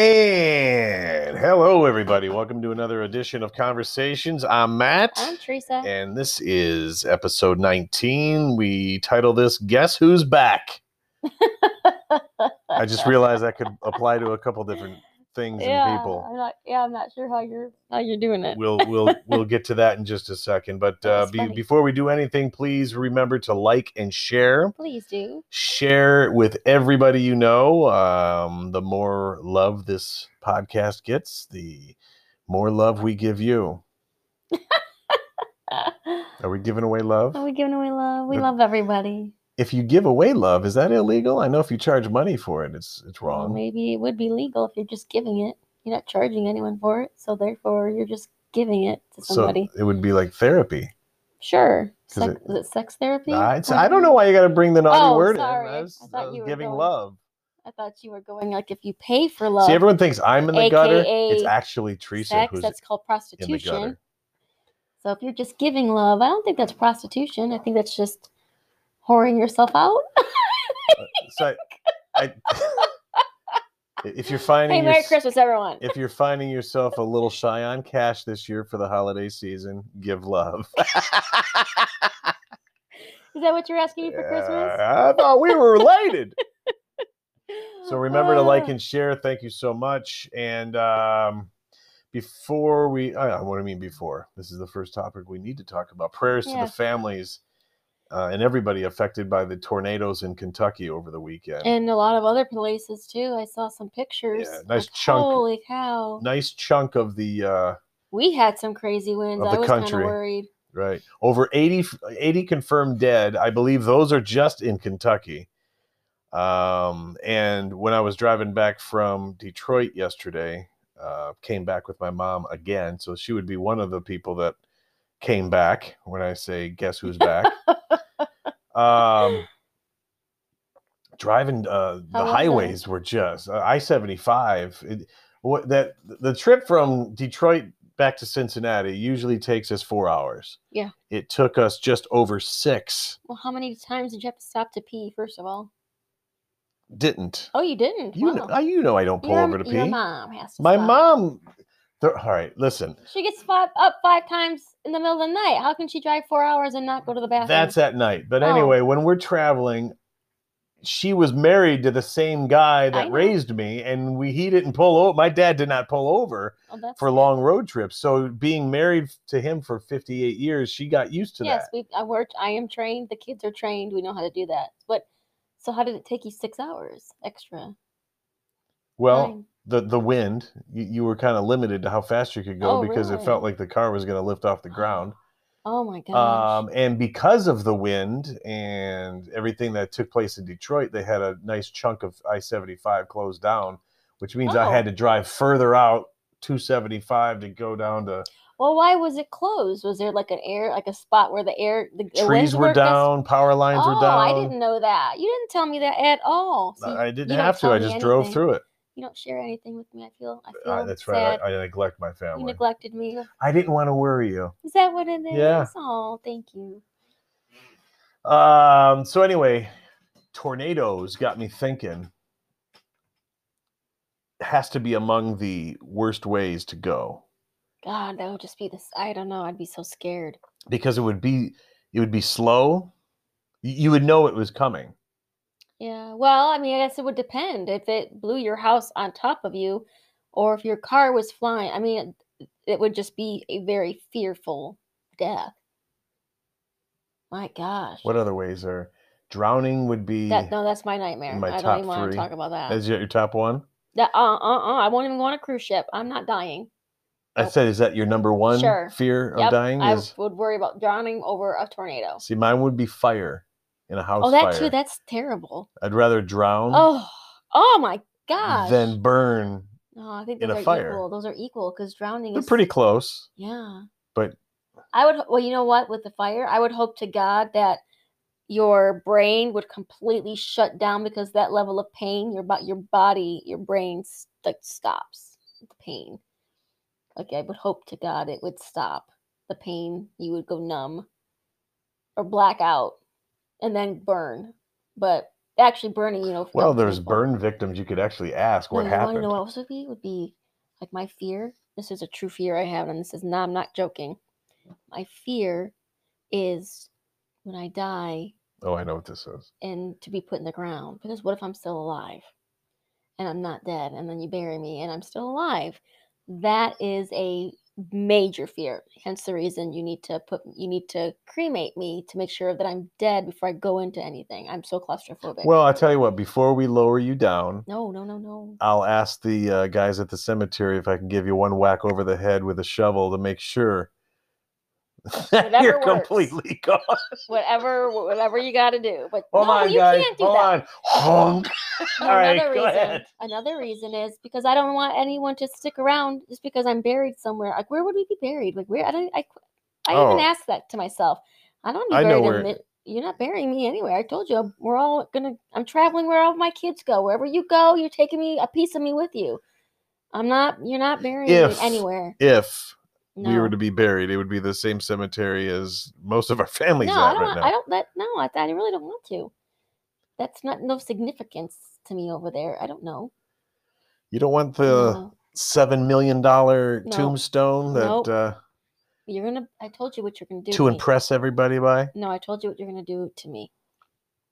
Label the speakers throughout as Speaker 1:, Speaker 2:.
Speaker 1: And hello, everybody. Welcome to another edition of Conversations. I'm Matt,
Speaker 2: I'm Teresa.
Speaker 1: and this is episode 19. We title this Guess Who's Back? I just realized that could apply to a couple different things
Speaker 2: yeah,
Speaker 1: and people.
Speaker 2: I'm not, yeah, I'm not sure how you're how you're doing it.
Speaker 1: We'll we'll we'll get to that in just a second. But
Speaker 2: That
Speaker 1: uh,
Speaker 2: was
Speaker 1: be,
Speaker 2: funny.
Speaker 1: before we do anything, please remember to like and share.
Speaker 2: Please do.
Speaker 1: share it with everybody you know. Um, the more love this podcast gets, the more love we give you. Are we giving away love?
Speaker 2: Are we giving away love? We
Speaker 1: The-
Speaker 2: love everybody.
Speaker 1: If you give away love, is that illegal? I know if you charge money for it, it's it's
Speaker 2: Well,
Speaker 1: wrong.
Speaker 2: maybe it would be legal if you're just giving it. You're not charging anyone for it, so therefore you're just giving it to
Speaker 1: So
Speaker 2: somebody.
Speaker 1: it would be like therapy.
Speaker 2: sure.
Speaker 1: 'Cause
Speaker 2: Sex, is it sex therapy?
Speaker 1: I, it's-
Speaker 2: Or
Speaker 1: I don't know why you got to bring the naughty
Speaker 2: Oh,
Speaker 1: word
Speaker 2: sorry.
Speaker 1: in. I was,
Speaker 2: I thought
Speaker 1: I was
Speaker 2: you were
Speaker 1: giving
Speaker 2: going
Speaker 1: love.
Speaker 2: I thought you were going like if you pay for love.
Speaker 1: See, everyone thinks I'm in the gutter. It's
Speaker 2: AKA
Speaker 1: actually Teresa
Speaker 2: sex,
Speaker 1: who's
Speaker 2: that's called
Speaker 1: in the gutter.
Speaker 2: prostitution. So if you're just giving love, I don't think that's prostitution. I think that's just whoring yourself out.
Speaker 1: So I, I, if you're finding
Speaker 2: Hey, Merry
Speaker 1: yours-
Speaker 2: Christmas, everyone.
Speaker 1: if you're finding yourself a little shy on cash this year for the holiday season, give love.
Speaker 2: Is that what you're asking me for Christmas?
Speaker 1: I thought we were related. so remember to like
Speaker 2: Ah.
Speaker 1: and share. Thank you so much. And um, before we, uh, what do I mean before, this is the first topic we need to talk about prayers to
Speaker 2: Yeah.
Speaker 1: the families uh, and everybody affected by the tornadoes in Kentucky over the weekend.
Speaker 2: And a lot of other places too. I saw some pictures.
Speaker 1: Yeah, nice chunk.
Speaker 2: Holy cow!
Speaker 1: nice chunk of the uh,
Speaker 2: We had some crazy winds.
Speaker 1: Of
Speaker 2: I
Speaker 1: the
Speaker 2: was kind of
Speaker 1: country.
Speaker 2: worried.
Speaker 1: Right. Over 80, 80 confirmed dead. I believe those are just in Kentucky. Um, and when I was driving back from Detroit yesterday, uh, came back with my mom again. So she would be one of the people that came back when I say, guess who's back? um, driving uh, the
Speaker 2: How was that?
Speaker 1: highways were just uh, I 75. It, what that the trip from Detroit back to Cincinnati usually takes us four hours.
Speaker 2: Yeah.
Speaker 1: It took us just over six.
Speaker 2: Well, how many times did you have to stop to pee? First of all,
Speaker 1: Didn't.
Speaker 2: oh, you didn't.
Speaker 1: You, know,
Speaker 2: wow.
Speaker 1: I- you know I don't pull
Speaker 2: Your-
Speaker 1: over to
Speaker 2: Your
Speaker 1: pee.
Speaker 2: mom has to
Speaker 1: My
Speaker 2: stop.
Speaker 1: mom. they're- All right, listen.
Speaker 2: She gets five, up five times in the middle of the night. How can she drive four hours and not go to the bathroom?
Speaker 1: That's at night. But
Speaker 2: Oh.
Speaker 1: anyway, when we're traveling, she was married to the same guy that
Speaker 2: know.
Speaker 1: raised me, and we he didn't pull over. My dad did not pull over
Speaker 2: Oh, that's
Speaker 1: for long road trips. So being married to him for 58 years, she got used to
Speaker 2: yes,
Speaker 1: that.
Speaker 2: we. I worked. I am trained. The kids are trained. We know how to do that. But so, how did it take you six hours extra?
Speaker 1: Well,
Speaker 2: Nine.
Speaker 1: the the wind you, you were kind of limited to how fast you could go
Speaker 2: Oh,
Speaker 1: because it
Speaker 2: really?
Speaker 1: felt like the car was going to lift off the ground
Speaker 2: Oh my gosh.
Speaker 1: um, and because of the wind and everything that took place in detroit they had a nice chunk of i-75 closed down which means i had
Speaker 2: Oh.
Speaker 1: to drive further out 275 to go down to
Speaker 2: well, why was it closed? Was there like an air, like a spot where the air, the the winds
Speaker 1: trees were
Speaker 2: weren't gonna s-
Speaker 1: down power lines
Speaker 2: oh,
Speaker 1: were down
Speaker 2: I didn't know that. You didn't tell me that at all. See,
Speaker 1: I didn't
Speaker 2: you don't
Speaker 1: have to
Speaker 2: tell
Speaker 1: i
Speaker 2: me
Speaker 1: just drove
Speaker 2: anything.
Speaker 1: through it
Speaker 2: You don't share anything with me. I feel. I feel
Speaker 1: Uh, that's right
Speaker 2: sad.
Speaker 1: I, I neglect my
Speaker 2: you
Speaker 1: family
Speaker 2: neglected me.
Speaker 1: i didn't want to worry you
Speaker 2: Is that what it is?
Speaker 1: Yeah.
Speaker 2: Oh, thank you.
Speaker 1: Um, so anyway, tornadoes got me thinking. Has to be among the worst ways to go
Speaker 2: God, that would just be this. I don't know. I'd be so scared.
Speaker 1: because it would be it would be slow. Y- You would know it was coming.
Speaker 2: Yeah. Well, I mean, I guess it would depend if it blew your house on top of you or if your car was flying. I mean, it, it would just be a very fearful death. My gosh.
Speaker 1: What other ways are drowning would be
Speaker 2: That, no, that's my nightmare.
Speaker 1: my
Speaker 2: I
Speaker 1: top
Speaker 2: don't even want
Speaker 1: three
Speaker 2: to talk about that.
Speaker 1: as your, your top one?
Speaker 2: that uh, uh, uh, I won't even go on a cruise ship. I'm not dying.
Speaker 1: I
Speaker 2: Nope.
Speaker 1: said is that your number one
Speaker 2: Sure.
Speaker 1: fear of
Speaker 2: Yep,
Speaker 1: Oh, dying
Speaker 2: I
Speaker 1: is
Speaker 2: would worry about drowning over a tornado.
Speaker 1: see mine would be fire in a house
Speaker 2: Oh, that
Speaker 1: fire. Um,
Speaker 2: too. That's terrible.
Speaker 1: I'd rather drown
Speaker 2: Oh, oh my gosh.
Speaker 1: than burn.
Speaker 2: no, I think
Speaker 1: in
Speaker 2: those
Speaker 1: a
Speaker 2: are
Speaker 1: fire.
Speaker 2: equal. Those are equal because drowning
Speaker 1: They're
Speaker 2: is
Speaker 1: pretty close.
Speaker 2: Yeah.
Speaker 1: But-
Speaker 2: I would, ho- well, you know what, with the fire, I would hope to God that your brain would completely shut down because that level of pain, your bo- your body, your brain s- like stops the pain. Like I would hope to God it would stop the pain. You would go numb or black out and then burn. But actually burning, you know. for
Speaker 1: Well,
Speaker 2: other
Speaker 1: there's
Speaker 2: people.
Speaker 1: burn victims you could actually ask what
Speaker 2: no, You want to
Speaker 1: happened.
Speaker 2: know what else would be? Would be like my fear. This is a true fear I have, and this is not. I'm not joking. My fear is when I die
Speaker 1: Oh, I know what this is.
Speaker 2: and to be put in the ground. Because what if I'm still alive, and I'm not dead, and then you bury me, and I'm still alive? That is a major fear. Hence the reason you need to put you need to cremate me to make sure that I'm dead before I go into anything. I'm so claustrophobic.
Speaker 1: Well, I tell you what, before we lower you down,
Speaker 2: no, no, no, no.
Speaker 1: I'll ask the uh, guys at the cemetery if I can give you one whack over the head with a shovel to make sure that
Speaker 2: Whatever
Speaker 1: you're
Speaker 2: works.
Speaker 1: completely gone.
Speaker 2: whatever whatever you got to do. But
Speaker 1: Hold
Speaker 2: no,
Speaker 1: on,
Speaker 2: you
Speaker 1: guys.
Speaker 2: can't do
Speaker 1: Oh Hold on.
Speaker 2: that.
Speaker 1: Honk.
Speaker 2: No,
Speaker 1: All right,
Speaker 2: another
Speaker 1: go
Speaker 2: reason.
Speaker 1: ahead.
Speaker 2: Another reason is because I don't want anyone to stick around just because I'm buried somewhere. Like where would we be buried? Like where I don't I, I
Speaker 1: Oh.
Speaker 2: even asked that to myself. I don't
Speaker 1: I
Speaker 2: want to be
Speaker 1: know
Speaker 2: buried in
Speaker 1: where-
Speaker 2: the mid- you're not burying me anywhere. I told you we're all gonna I'm traveling where all my kids go. Wherever you go, you're taking me a piece of me with you. I'm not you're not burying me
Speaker 1: If-
Speaker 2: anywhere.
Speaker 1: If
Speaker 2: No.
Speaker 1: we were to be buried, it would be the same cemetery as most of our families
Speaker 2: no,
Speaker 1: at
Speaker 2: I don't.
Speaker 1: right now.
Speaker 2: I don't. That no, I, I really don't want to. That's not no significance to me over there. I don't know.
Speaker 1: you don't want the
Speaker 2: No.
Speaker 1: seven million dollar
Speaker 2: No.
Speaker 1: tombstone that
Speaker 2: Nope.
Speaker 1: uh,
Speaker 2: you're gonna. I told you what you're gonna do
Speaker 1: to
Speaker 2: me.
Speaker 1: impress everybody by.
Speaker 2: No, I told you what you're gonna do to me.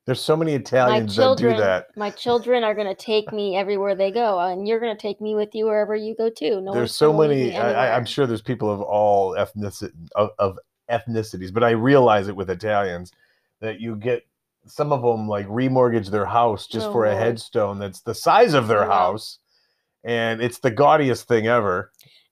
Speaker 1: There's so many Italians
Speaker 2: my
Speaker 1: that
Speaker 2: children,
Speaker 1: do that.
Speaker 2: my children are gonna take me everywhere they go, and you're gonna take me with you wherever you go too. No,
Speaker 1: there's
Speaker 2: one's
Speaker 1: so
Speaker 2: gonna leave me
Speaker 1: many. I, I,
Speaker 2: anywhere.
Speaker 1: I'm sure there's people of all ethnicity of, of ethnicities, but I realize it with Italians that you get some of them like remortgage their house just
Speaker 2: Oh,
Speaker 1: for a
Speaker 2: Lord.
Speaker 1: headstone that's the size of their
Speaker 2: Oh, wow.
Speaker 1: house, and it's the gaudiest thing ever.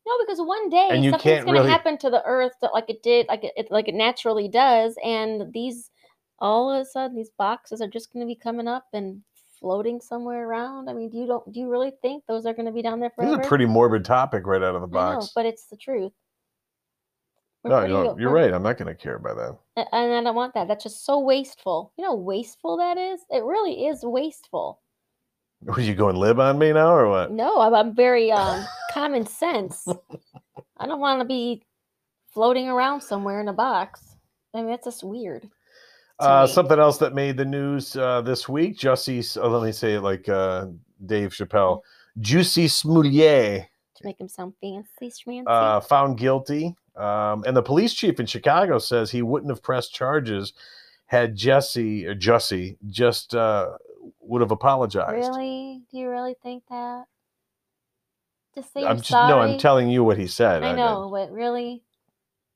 Speaker 2: No, because one day
Speaker 1: And you
Speaker 2: something's
Speaker 1: can't
Speaker 2: gonna
Speaker 1: really-
Speaker 2: happen to the earth that like it did, like it- it like it naturally does, and these all of a sudden these boxes are just gonna be coming up and floating somewhere around. I mean, do you don't do you really think those are gonna be down there
Speaker 1: This is
Speaker 2: forever?
Speaker 1: a pretty morbid topic right out of the
Speaker 2: I know,
Speaker 1: box.
Speaker 2: but it's the truth. We're
Speaker 1: No,
Speaker 2: pretty
Speaker 1: no,
Speaker 2: o-
Speaker 1: you're
Speaker 2: we're-
Speaker 1: right. I'm not going to care about that.
Speaker 2: a- And I don't want that. That's just so wasteful. You know, how wasteful that is. It really is wasteful.
Speaker 1: Would you go and live on me now or what?
Speaker 2: No, I'm, I'm very um, common sense. I don't want to be floating around somewhere in a box. I mean, that's just weird. to
Speaker 1: Uh,
Speaker 2: me.
Speaker 1: something else that made the news uh, this week: Jussie. S- Oh, let me say it like uh, Dave Chappelle.
Speaker 2: Mm-hmm.
Speaker 1: Juicy Smoulier
Speaker 2: to make him sound fancy schmancy.
Speaker 1: uh, found guilty, um, and the police chief in Chicago says he wouldn't have pressed charges had Jesse or Jussie just uh, would have apologized.
Speaker 2: really? Do you really think that? Just say
Speaker 1: I'm
Speaker 2: you're
Speaker 1: just,
Speaker 2: sorry.
Speaker 1: no, I'm telling you what he said.
Speaker 2: I
Speaker 1: mean-
Speaker 2: know, but really,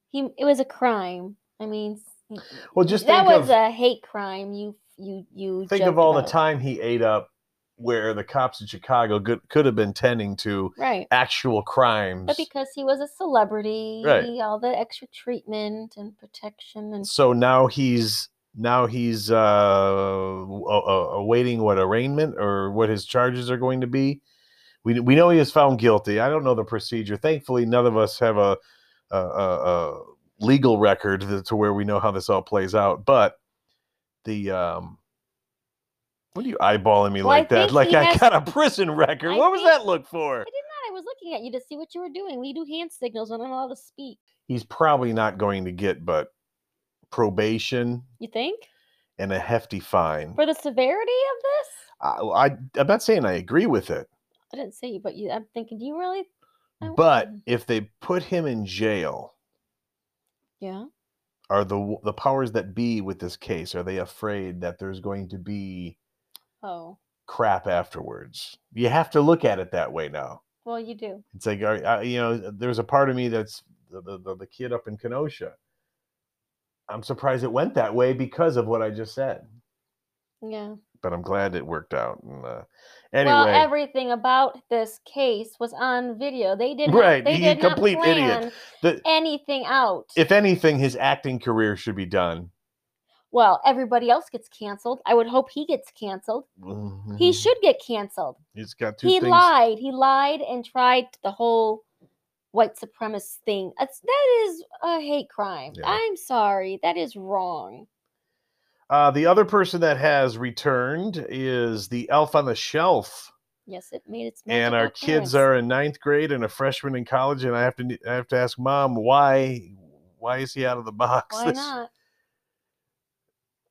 Speaker 2: he it was a crime. I mean, s- y-
Speaker 1: Well, just
Speaker 2: that
Speaker 1: think
Speaker 2: was
Speaker 1: of,
Speaker 2: a hate crime. You you you
Speaker 1: think of
Speaker 2: joked
Speaker 1: all the
Speaker 2: about.
Speaker 1: time he ate up, where the cops in Chicago could, could have been tending to
Speaker 2: right?
Speaker 1: actual crimes.
Speaker 2: But because he was a celebrity,
Speaker 1: Right.
Speaker 2: all the extra treatment and protection and
Speaker 1: so now he's now he's uh w- a- a- awaiting what arraignment or what his charges are going to be we, we know he is found guilty i don't know the procedure thankfully none of us have a a, a, a legal record th- to where we know how this all plays out but the um what are you eyeballing me
Speaker 2: Well, I
Speaker 1: like that
Speaker 2: think
Speaker 1: like
Speaker 2: he
Speaker 1: i
Speaker 2: has-
Speaker 1: got a prison record
Speaker 2: I
Speaker 1: what was
Speaker 2: think-
Speaker 1: that look for
Speaker 2: I did not. I was looking at you to see what you were doing. We do hand signals when I'm allowed to speak.
Speaker 1: he's probably not going to get but probation
Speaker 2: You think
Speaker 1: and a hefty fine
Speaker 2: for the severity of this?
Speaker 1: I, I I'm not saying I agree with it,
Speaker 2: I didn't say you, but you, I'm thinking, do you really? I w-
Speaker 1: but
Speaker 2: mm,
Speaker 1: if they put him in jail,
Speaker 2: yeah,
Speaker 1: are the w- the powers that be with this case are they afraid that there's going to be
Speaker 2: oh,
Speaker 1: crap afterwards? You have to look at it that way now.
Speaker 2: well, you do.
Speaker 1: It's like are, uh, you know, there's a part of me that's the the, the, the kid up in Kenosha. I'm surprised it went that way because of what I just said,
Speaker 2: Yeah.
Speaker 1: but I'm glad it worked out. And uh, anyway,
Speaker 2: Well, everything about this case was on video. They did not,
Speaker 1: Right,
Speaker 2: They
Speaker 1: you
Speaker 2: did not
Speaker 1: complete idiot.
Speaker 2: plan
Speaker 1: the-
Speaker 2: anything out.
Speaker 1: if anything, his acting career should be done.
Speaker 2: well, everybody else gets canceled. I would hope he gets canceled. He
Speaker 1: Mhm.
Speaker 2: should get canceled.
Speaker 1: He's got two
Speaker 2: He
Speaker 1: things.
Speaker 2: lied. He lied and tried the whole white supremacist thing. That's, that is a hate crime.
Speaker 1: Yeah.
Speaker 2: I'm sorry. That is wrong.
Speaker 1: Uh, the other person that has returned is the elf on the shelf.
Speaker 2: Yes, it made its
Speaker 1: and our
Speaker 2: magical appearance.
Speaker 1: kids are in ninth grade and a freshman in college. And I have to ne- I have to ask mom why why is he out of the box?
Speaker 2: Why
Speaker 1: this-
Speaker 2: not?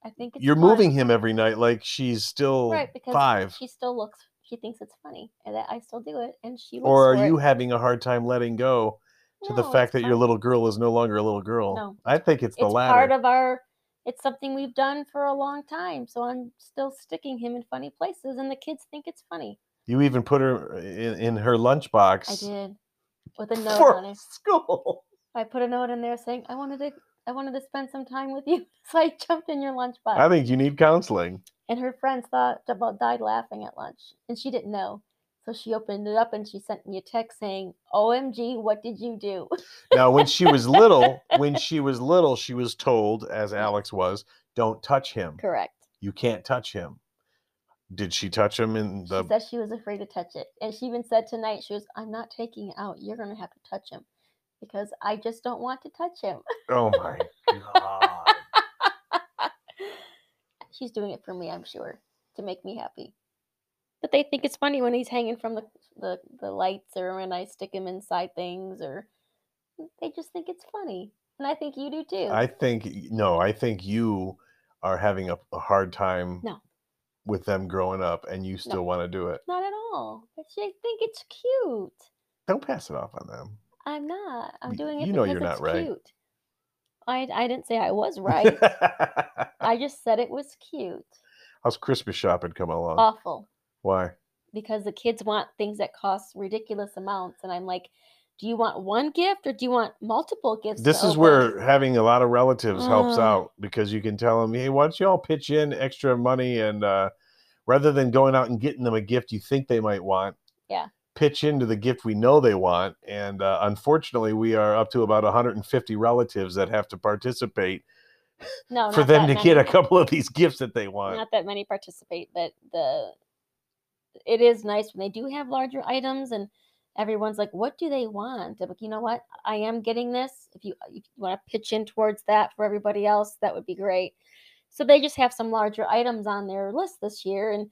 Speaker 2: I think it's
Speaker 1: You're
Speaker 2: fun.
Speaker 1: moving him every night like she's still
Speaker 2: right because
Speaker 1: five.
Speaker 2: She still looks. She thinks it's funny, and that I still do it, and she. Looks
Speaker 1: Or
Speaker 2: for
Speaker 1: are
Speaker 2: it.
Speaker 1: you having a hard time letting go to
Speaker 2: No,
Speaker 1: the
Speaker 2: it's
Speaker 1: fact that your
Speaker 2: fun.
Speaker 1: little girl is no longer a little girl?
Speaker 2: No,
Speaker 1: I think it's the
Speaker 2: it's
Speaker 1: latter.
Speaker 2: part of our. It's something we've done for a long time, so I'm still sticking him in funny places, and the kids think it's funny.
Speaker 1: you even put her uh, in, in her
Speaker 2: I
Speaker 1: lunchbox
Speaker 2: did with a note
Speaker 1: for
Speaker 2: on it.
Speaker 1: school.
Speaker 2: I put a note in there saying I wanted to. I wanted to spend some time with you, so I jumped in your lunchbox.
Speaker 1: I think you need counseling.
Speaker 2: and her friends thought about died laughing at lunch and she didn't know so she opened it up and she sent me a text saying omg what did you do
Speaker 1: Now, when she was little, when she was little, she was told,
Speaker 2: Mm.
Speaker 1: as Alex was, don't touch him.
Speaker 2: correct
Speaker 1: You can't touch him. Did she touch him in the
Speaker 2: she said she was afraid to touch it and she even said tonight she was i'm not taking it out you're going to have to touch him because i just don't want to touch him
Speaker 1: Oh my god.
Speaker 2: she's doing it for me i'm sure to make me happy but they think it's funny when he's hanging from the, the, the lights or when i stick him inside things or they just think it's funny and i think you do too
Speaker 1: I think no, I think you are having a, a hard time
Speaker 2: No.
Speaker 1: with them growing up and you still want to do it.
Speaker 2: Not at all. But she think it's cute.
Speaker 1: Don't pass it off on them.
Speaker 2: I'm not. I'm
Speaker 1: Y-
Speaker 2: doing it
Speaker 1: you know
Speaker 2: because
Speaker 1: you're not
Speaker 2: it's
Speaker 1: right.
Speaker 2: cute. I I didn't say I was right. I just said it was cute.
Speaker 1: How's Christmas shopping coming along?
Speaker 2: Awful.
Speaker 1: Why?
Speaker 2: Because the kids want things that cost ridiculous amounts. And I'm like, do you want one gift or do you want multiple gifts? to
Speaker 1: This is
Speaker 2: open?"
Speaker 1: where having a lot of relatives helps
Speaker 2: Ugh.
Speaker 1: out because you can tell them, hey, why don't you all pitch in extra money and uh, rather than going out and getting them a gift you think they might want,
Speaker 2: Yeah.
Speaker 1: pitch into the gift we know they want. And uh, unfortunately, we are up to about 150 relatives that have to participate
Speaker 2: no,
Speaker 1: for
Speaker 2: Oh, not
Speaker 1: them to
Speaker 2: that
Speaker 1: get a
Speaker 2: many.
Speaker 1: couple of these gifts that they want.
Speaker 2: not that many participate, but the it is nice when they do have larger items and everyone's like, "What do they want?" I'm like, you know what? I am getting this. If you if you want to pitch in towards that for everybody else, that would be great. So they just have some larger items on their list this year, and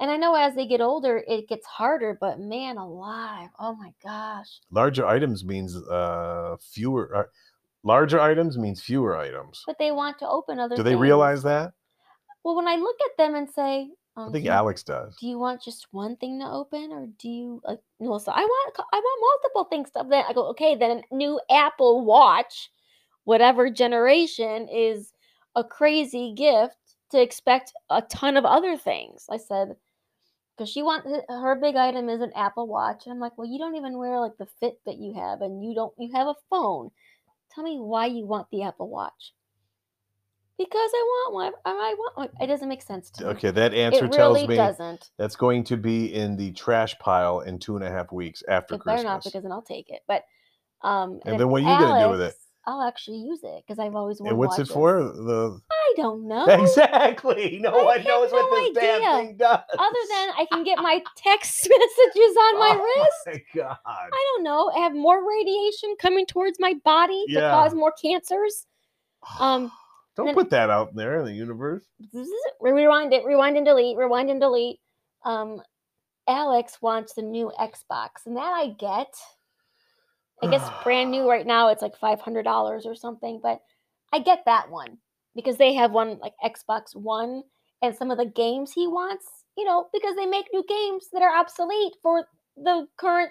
Speaker 2: and I know as they get older, it gets harder. But man, alive! Oh my gosh!
Speaker 1: larger items means uh, fewer. Uh, larger items means fewer items.
Speaker 2: But they want to open other.
Speaker 1: Do they
Speaker 2: things.
Speaker 1: realize that?
Speaker 2: Well, when I look at them and say, um,
Speaker 1: I
Speaker 2: "Do
Speaker 1: think
Speaker 2: you
Speaker 1: Alex does.
Speaker 2: do you want just one thing to open or do you like no so i want a cou- i want multiple things to then i go okay then a new apple watch whatever generation is a crazy gift to expect a ton of other things i said because she wants her big item is an apple watch and i'm like well you don't even wear like the fit that you have and you don't you have a phone tell me why you want the apple watch because i want one i, I want one it doesn't make sense to me
Speaker 1: Okay, that
Speaker 2: Mm-hmm. it
Speaker 1: answer
Speaker 2: really
Speaker 1: tells me
Speaker 2: doesn't
Speaker 1: that's going to be in the trash pile in two and a half weeks after
Speaker 2: it better
Speaker 1: Christmas.
Speaker 2: not because then I'll take it. But um,
Speaker 1: And
Speaker 2: if
Speaker 1: then what are you gonna do with it?
Speaker 2: Alex- I'll actually use it because I've always worn
Speaker 1: and what's
Speaker 2: watches.
Speaker 1: it for? The
Speaker 2: I don't know.
Speaker 1: exactly. No
Speaker 2: I
Speaker 1: one
Speaker 2: have
Speaker 1: knows what
Speaker 2: no
Speaker 1: this damn
Speaker 2: idea.
Speaker 1: thing does.
Speaker 2: Other than I can get my text messages on my
Speaker 1: Oh
Speaker 2: wrist.
Speaker 1: My God.
Speaker 2: I don't know. I have more radiation coming towards my body to
Speaker 1: Yeah.
Speaker 2: cause more cancers. Um,
Speaker 1: Don't
Speaker 2: then-
Speaker 1: put that out there in the universe.
Speaker 2: zzz, rewind it, rewind and delete, rewind and delete. Um, Alex wants the new Xbox, and that I get. I guess
Speaker 1: Ah.
Speaker 2: brand new right now, it's like five hundred dollars or something, but I get that one because they have one like Xbox One and some of the games he wants, you know, because they make new games that are obsolete for the current.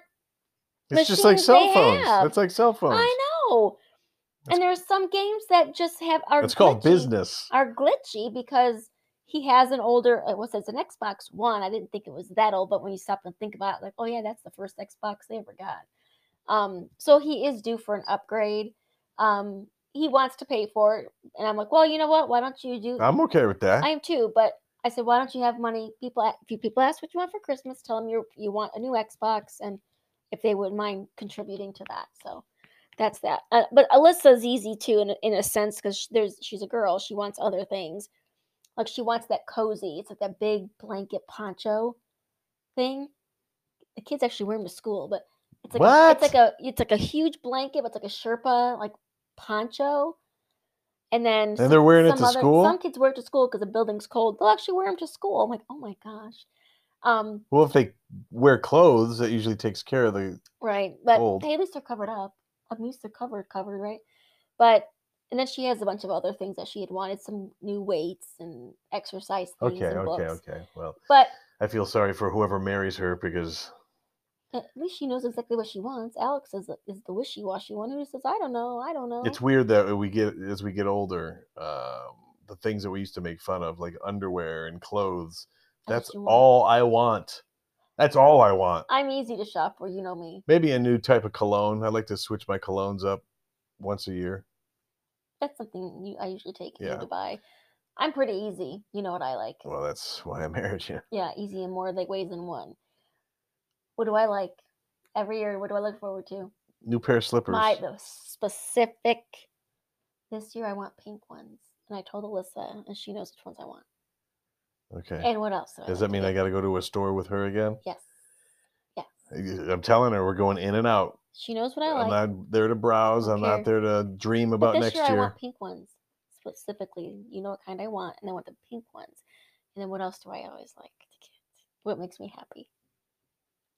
Speaker 1: It's just like
Speaker 2: machines
Speaker 1: cell
Speaker 2: they
Speaker 1: phones.
Speaker 2: have.
Speaker 1: That's like cell phones.
Speaker 2: I know,
Speaker 1: That's-
Speaker 2: and there are some games that just have are.
Speaker 1: It's called
Speaker 2: glitchy-
Speaker 1: business.
Speaker 2: are glitchy because he has an older uh, what's it, it's an Xbox One. I didn't think it was that old, but when you stop and think about it, like, oh yeah, that's the first Xbox they ever got. Um, so he is due for an upgrade. Um, he wants to pay for it, and I'm like, well, you know what? Why don't you do?
Speaker 1: I'm okay with that.
Speaker 2: I am too, but I said, why don't you have money? People, a- if you people ask what you want for Christmas, tell them you you want a new Xbox, and if they would mind contributing to that. So that's that. Uh, but Alyssa's easy too, in a- in a sense, because there's she's a girl. She wants other things, like she wants that cozy. It's like that big blanket poncho thing. The kids actually wear them to school, but it's like A, it's
Speaker 1: What?
Speaker 2: like a it's like a huge blanket, but it's like a Sherpa like poncho. And then
Speaker 1: and they're wearing it
Speaker 2: some
Speaker 1: to
Speaker 2: other-
Speaker 1: school.
Speaker 2: Some kids wear it to school because the building's cold. They'll actually wear them to school. I'm like, oh my gosh. Um,
Speaker 1: Well, if they wear clothes, that usually takes care of the.
Speaker 2: right. But
Speaker 1: Cold.
Speaker 2: hey, at least they're covered up. I'm used to covered, covered, right? But And then she has a bunch of other things that she had wanted, some new weights and exercise things
Speaker 1: Okay,
Speaker 2: and
Speaker 1: okay,
Speaker 2: books.
Speaker 1: okay. Well,
Speaker 2: But
Speaker 1: I feel sorry for whoever marries her because
Speaker 2: at least she knows exactly what she wants. Alex is the, is the wishy-washy one who says, "I don't know, I don't know."
Speaker 1: it's weird that we get as we get older, um, the things that we used to make fun of, like underwear and clothes.
Speaker 2: what
Speaker 1: That's
Speaker 2: Oh, you want."
Speaker 1: all I want. That's all I want.
Speaker 2: I'm easy to shop for. You know me.
Speaker 1: Maybe a new type of cologne. I like to switch my colognes up once a year.
Speaker 2: That's something you, I usually take you
Speaker 1: Yeah.
Speaker 2: to buy. I'm pretty easy. You know what I like.
Speaker 1: Well, that's why I married you.
Speaker 2: Yeah, easy in more like ways than one. What do I like every year? What do I look forward to?
Speaker 1: New pair of slippers.
Speaker 2: My the specific. This year I want pink ones, and I told Alyssa, and she knows which ones I want.
Speaker 1: okay.
Speaker 2: And what else? Do I
Speaker 1: Does
Speaker 2: like
Speaker 1: that
Speaker 2: to
Speaker 1: mean
Speaker 2: get?
Speaker 1: I got to go to a store with her again?
Speaker 2: Yes,
Speaker 1: I'm telling her we're going in and out.
Speaker 2: she knows what I
Speaker 1: I'm
Speaker 2: like.
Speaker 1: not there to browse.
Speaker 2: Don't
Speaker 1: I'm
Speaker 2: care.
Speaker 1: not there to dream
Speaker 2: But
Speaker 1: about
Speaker 2: this
Speaker 1: next
Speaker 2: year, I
Speaker 1: year.
Speaker 2: want pink ones specifically. You know what kind I want, and I want the pink ones. And then what else do I always like to get? What makes me happy?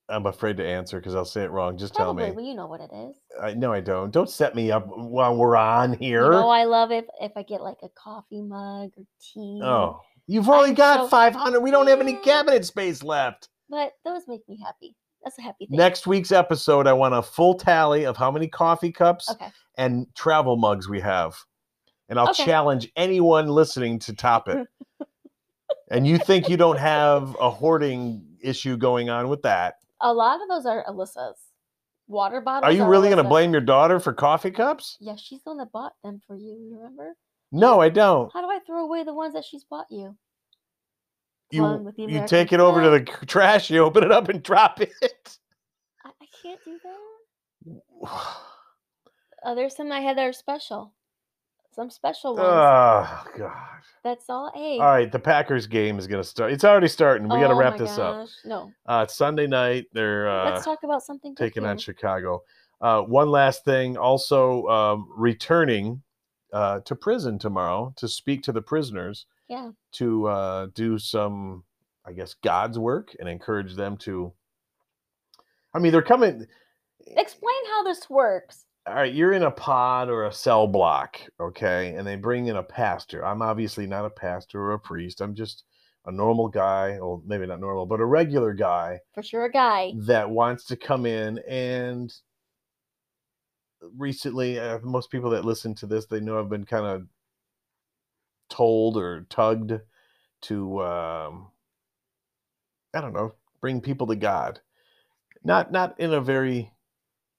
Speaker 1: I'm afraid to answer because I'll say it wrong. Just
Speaker 2: Probably,
Speaker 1: tell me.
Speaker 2: well, you know what it is.
Speaker 1: I, no, I don't. Don't set me up while we're on
Speaker 2: You
Speaker 1: here.
Speaker 2: know, I love it if I get like a coffee mug or tea.
Speaker 1: oh, you've only got
Speaker 2: so-
Speaker 1: 500. We don't have any
Speaker 2: Yeah.
Speaker 1: cabinet space left.
Speaker 2: But those make me happy. That's a happy thing.
Speaker 1: Next week's episode, I want a full tally of how many coffee cups
Speaker 2: Okay.
Speaker 1: and travel mugs we have. And I'll
Speaker 2: Okay.
Speaker 1: challenge anyone listening to top it. and you think you don't have a hoarding issue going on with that.
Speaker 2: A lot of those are Alyssa's. Water bottles.
Speaker 1: Are you really going to
Speaker 2: Alyssa.
Speaker 1: blame your daughter for coffee cups?
Speaker 2: Yeah, she's the one that bought them for you. You remember?
Speaker 1: No, I don't.
Speaker 2: How do I throw away the ones that she's bought you? One
Speaker 1: You
Speaker 2: with the
Speaker 1: you
Speaker 2: American
Speaker 1: take it over to
Speaker 2: flag.
Speaker 1: the c- trash, you open it up and drop it.
Speaker 2: I, I can't do that. Uh, there's some I had that are special. Some special ones.
Speaker 1: Oh God!
Speaker 2: That's all. Hey.
Speaker 1: All right, the Packers game is gonna start. It's already starting. We got to
Speaker 2: oh
Speaker 1: wrap
Speaker 2: my
Speaker 1: this up.
Speaker 2: gosh, No.
Speaker 1: Uh, it's Sunday night. They're uh,
Speaker 2: Let's talk about something
Speaker 1: taking on
Speaker 2: different.
Speaker 1: Chicago. Uh, one last thing. Also, um, returning uh, to prison tomorrow to speak to the prisoners
Speaker 2: Yeah.
Speaker 1: to uh, do some, I guess, God's work and encourage them to. I mean, they're coming.
Speaker 2: Explain how this works.
Speaker 1: all right, you're in a pod or a cell block, okay, and they bring in a pastor. I'm obviously not a pastor or a priest. I'm just a normal guy, well, maybe not normal, but a regular guy
Speaker 2: For sure, a guy.
Speaker 1: that wants to come in and recently uh, most people that listen to this they know i've been kind of told or tugged to um i don't know bring people to god not not in a very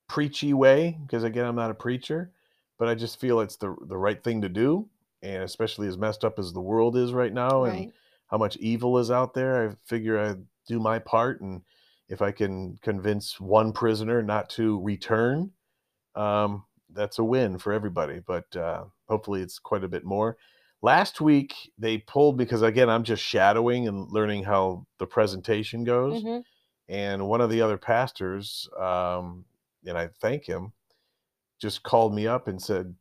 Speaker 1: preachy way because again i'm not a preacher but i just feel it's the the right thing to do and especially as messed up as the world is right now and
Speaker 2: right.
Speaker 1: how much evil is out there. I figure I do my part, and if I can convince one prisoner not to return, um, that's a win for everybody. But uh, hopefully, it's quite a bit more. Last week they pulled because again I'm just shadowing and learning how the presentation goes
Speaker 2: Mhm.
Speaker 1: and one of the other pastors um, and i thank him just called me up and said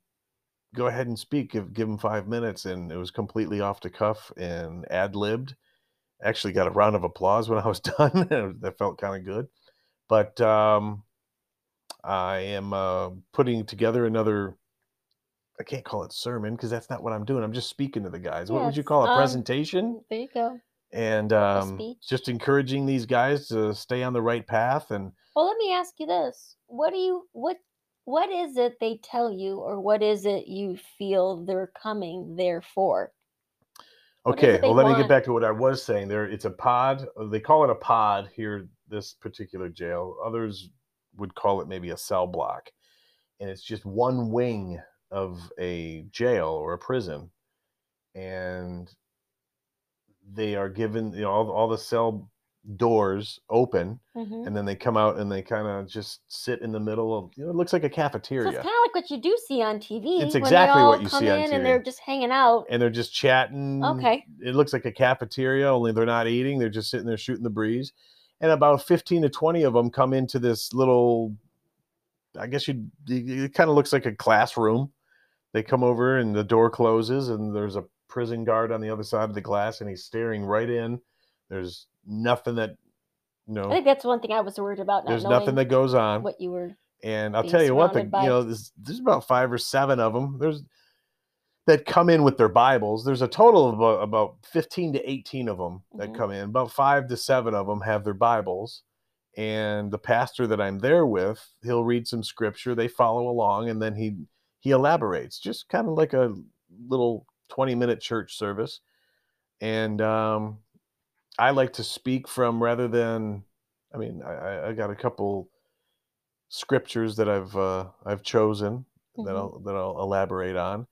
Speaker 1: go ahead and speak give, give him five minutes and it was completely off the cuff and ad-libbed actually got a round of applause when i was done and that felt kind of good but um, i am uh, putting together another i can't call it sermon because that's not what i'm doing i'm just speaking to the guys what would you
Speaker 2: Yes,
Speaker 1: call a
Speaker 2: um,
Speaker 1: presentation
Speaker 2: There you go.
Speaker 1: and um,
Speaker 2: speech.
Speaker 1: just encouraging these guys to stay on the right path. And
Speaker 2: Well, let me ask you this: What do you what what is it they tell you, or what is it you feel they're coming there for? What is it
Speaker 1: okay,
Speaker 2: they
Speaker 1: well, let me
Speaker 2: want?
Speaker 1: get back to what I was saying. There, it's a pod. uh, They call it a pod here, this particular jail. Others would call it maybe a cell block, and it's just one wing of a jail or a prison, and they are given you know, all all the cell doors open
Speaker 2: Mm-hmm.
Speaker 1: and then they come out and they kind of just sit in the middle of you know, it looks like a
Speaker 2: So
Speaker 1: cafeteria
Speaker 2: it's kind of like what you do see on TV.
Speaker 1: It's
Speaker 2: when
Speaker 1: exactly
Speaker 2: they
Speaker 1: what
Speaker 2: all
Speaker 1: you
Speaker 2: come
Speaker 1: see on
Speaker 2: in
Speaker 1: TV.
Speaker 2: and they're just hanging out.
Speaker 1: and they're just chatting.
Speaker 2: Okay.
Speaker 1: It looks like a cafeteria, only they're not eating. They're just sitting there shooting the breeze. And about 15 to 20 of them come into this little, I guess you'd, it kind of looks like a classroom. They come over and the door closes, and there's a prison guard on the other side of the glass, and he's staring right in. There's nothing that, you
Speaker 2: I
Speaker 1: know,
Speaker 2: think that's one thing I was worried about. Not
Speaker 1: there's
Speaker 2: knowing
Speaker 1: nothing that goes on.
Speaker 2: what you were.
Speaker 1: And I'll
Speaker 2: being
Speaker 1: tell you what, the,
Speaker 2: surrounded by-
Speaker 1: you know, there's, there's about five or seven of them. There's that come in with their Bibles. There's a total of about, about 15 to 18 of them that
Speaker 2: Mhm.
Speaker 1: come in. About five to seven of them have their Bibles. And the pastor that I'm there with, he'll read some scripture. They follow along, and then he he elaborates, just kind of like a little 20 minute church service. And um, I like to speak from rather than, I mean, I, I- I got a couple scriptures that I've uh, I've chosen that
Speaker 2: Mhm.
Speaker 1: I'll that I'll elaborate on.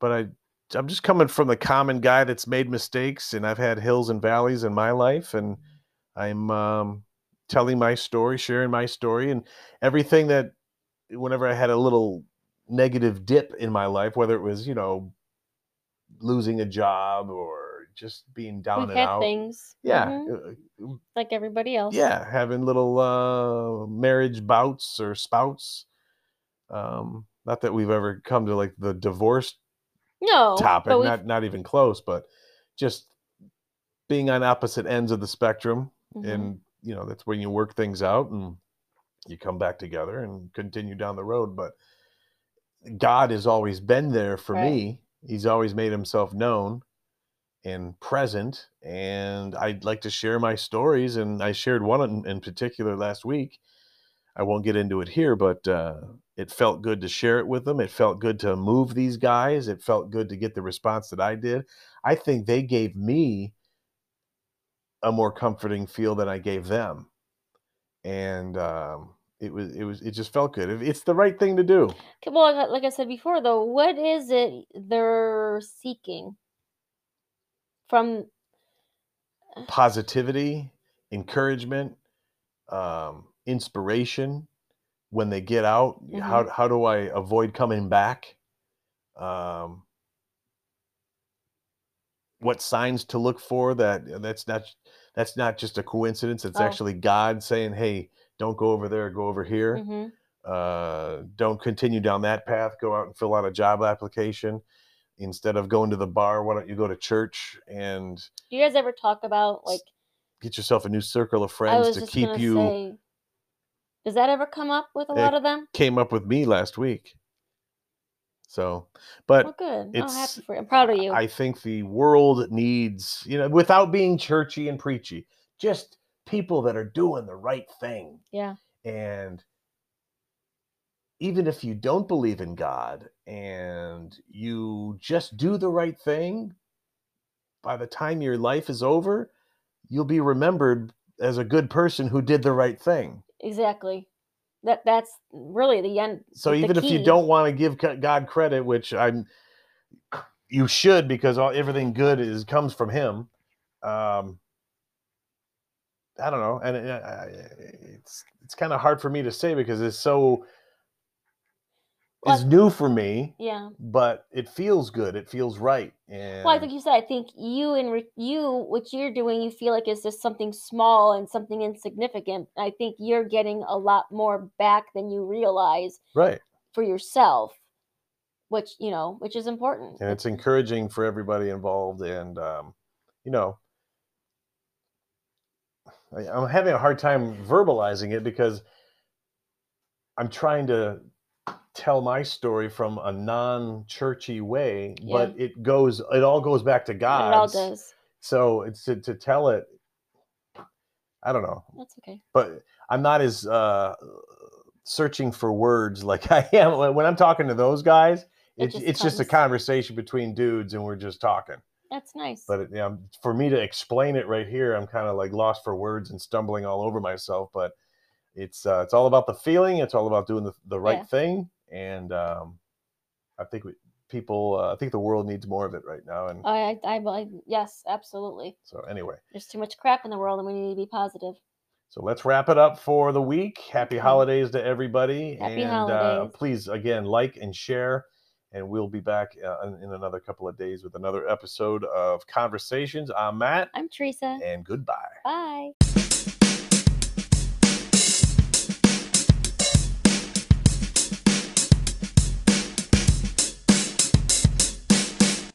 Speaker 1: But I I'm just coming from the common guy that's made mistakes and I've had hills and valleys in my life and I'm um, telling my story, sharing my story and everything that whenever I had a little negative dip in my life, whether it was, you know, losing a job or just being down
Speaker 2: We've
Speaker 1: and
Speaker 2: had
Speaker 1: out.
Speaker 2: things.
Speaker 1: Yeah.
Speaker 2: mhm,
Speaker 1: uh,
Speaker 2: Like everybody else.
Speaker 1: yeah having little uh marriage bouts or spouts um not that we've ever come to like the divorce
Speaker 2: No.
Speaker 1: topic
Speaker 2: But Oh, we've,
Speaker 1: not not even close but just being on opposite ends of the spectrum
Speaker 2: mhm.
Speaker 1: and you know that's when you work things out and you come back together and continue down the road but god has always been there for
Speaker 2: Right.
Speaker 1: me he's always made himself known and present and i'd like to share my stories and i shared one in, in particular last week i won't get into it here but uh, it felt good to share it with them it felt good to move these guys it felt good to get the response that i did i think they gave me a more comforting feel than I gave them, and um, it was it was it just felt good. It- It's the right thing to do.
Speaker 2: K- Well, like- like I said before, though, what is it they're seeking from?
Speaker 1: Positivity, encouragement, um, inspiration. When they get out, y- how how do I avoid coming back? Um, what signs to look for that uh, that's not that's not just a coincidence. It's
Speaker 2: Oh.
Speaker 1: actually God saying, "Hey, don't go over there. Go over here."
Speaker 2: Mhm,
Speaker 1: uh, don't continue down that path. Go out and fill out a job application. Instead of going to the bar, why don't you go to church and
Speaker 2: Do you guys ever talk about like?
Speaker 1: get yourself a new circle of
Speaker 2: I
Speaker 1: friends
Speaker 2: was
Speaker 1: to
Speaker 2: just
Speaker 1: keep
Speaker 2: gonna
Speaker 1: you?
Speaker 2: say, does that ever come up with a
Speaker 1: It-
Speaker 2: lot of them?
Speaker 1: Came up with me last week. So, but
Speaker 2: Well, good. I'm
Speaker 1: it's-
Speaker 2: happy for you. I'm proud of you.
Speaker 1: I think the world needs, you know, without being churchy and preachy, just people that are doing the right thing.
Speaker 2: yeah.
Speaker 1: And even if you don't believe in God and you just do the right thing, by the time your life is over, you'll be remembered as a good person who did the right thing.
Speaker 2: Exactly. That that's really the end.
Speaker 1: So
Speaker 2: the
Speaker 1: even if you
Speaker 2: key.
Speaker 1: don't want to give co- God credit, which I'm, you should because all, everything good is comes from Him. Um, I don't know, and uh, I- it's it's kind of hard for me to say because it's so
Speaker 2: Well,
Speaker 1: it's new for me.
Speaker 2: Yeah.
Speaker 1: but it feels good. It feels right. And
Speaker 2: Well, I think you said. I think you and re- you, what you're doing, you feel like is just something small and something insignificant. I think you're getting a lot more back than you realize
Speaker 1: right.
Speaker 2: for yourself, which you know, which is important.
Speaker 1: And it's encouraging for everybody involved. And, um, you know, I, I'm having a hard time verbalizing it because I'm trying to tell my story from a non churchy way, but it goes, it all goes back to
Speaker 2: It all
Speaker 1: God.
Speaker 2: does.
Speaker 1: So it's to, to tell it, I don't know.
Speaker 2: That's okay.
Speaker 1: but I'm not as uh, searching for words like I am when- when I'm talking to those guys.
Speaker 2: It
Speaker 1: It's
Speaker 2: just
Speaker 1: it's just a
Speaker 2: comes.
Speaker 1: conversation between dudes, and we're just talking.
Speaker 2: That's nice.
Speaker 1: But it, you know, for me to explain it right here, I'm kind of like lost for words and stumbling all over myself. But it's uh, it's all about the feeling. It's all about doing the, the right
Speaker 2: Yeah.
Speaker 1: thing, and um, I think we, people, uh, I think the world needs more of it right now. And
Speaker 2: I, I, I, believe yes, absolutely.
Speaker 1: so anyway.
Speaker 2: There's too much crap in the world, and we need to be positive.
Speaker 1: So let's wrap it up for the week. Happy
Speaker 2: Okay.
Speaker 1: holidays to everybody.
Speaker 2: Happy
Speaker 1: and Uh,
Speaker 2: holidays.
Speaker 1: please, again, like and share. And we'll be back uh, in- in another couple of days with another episode of Conversations. I'm Matt,
Speaker 2: I'm Teresa.
Speaker 1: and goodbye.
Speaker 2: Bye.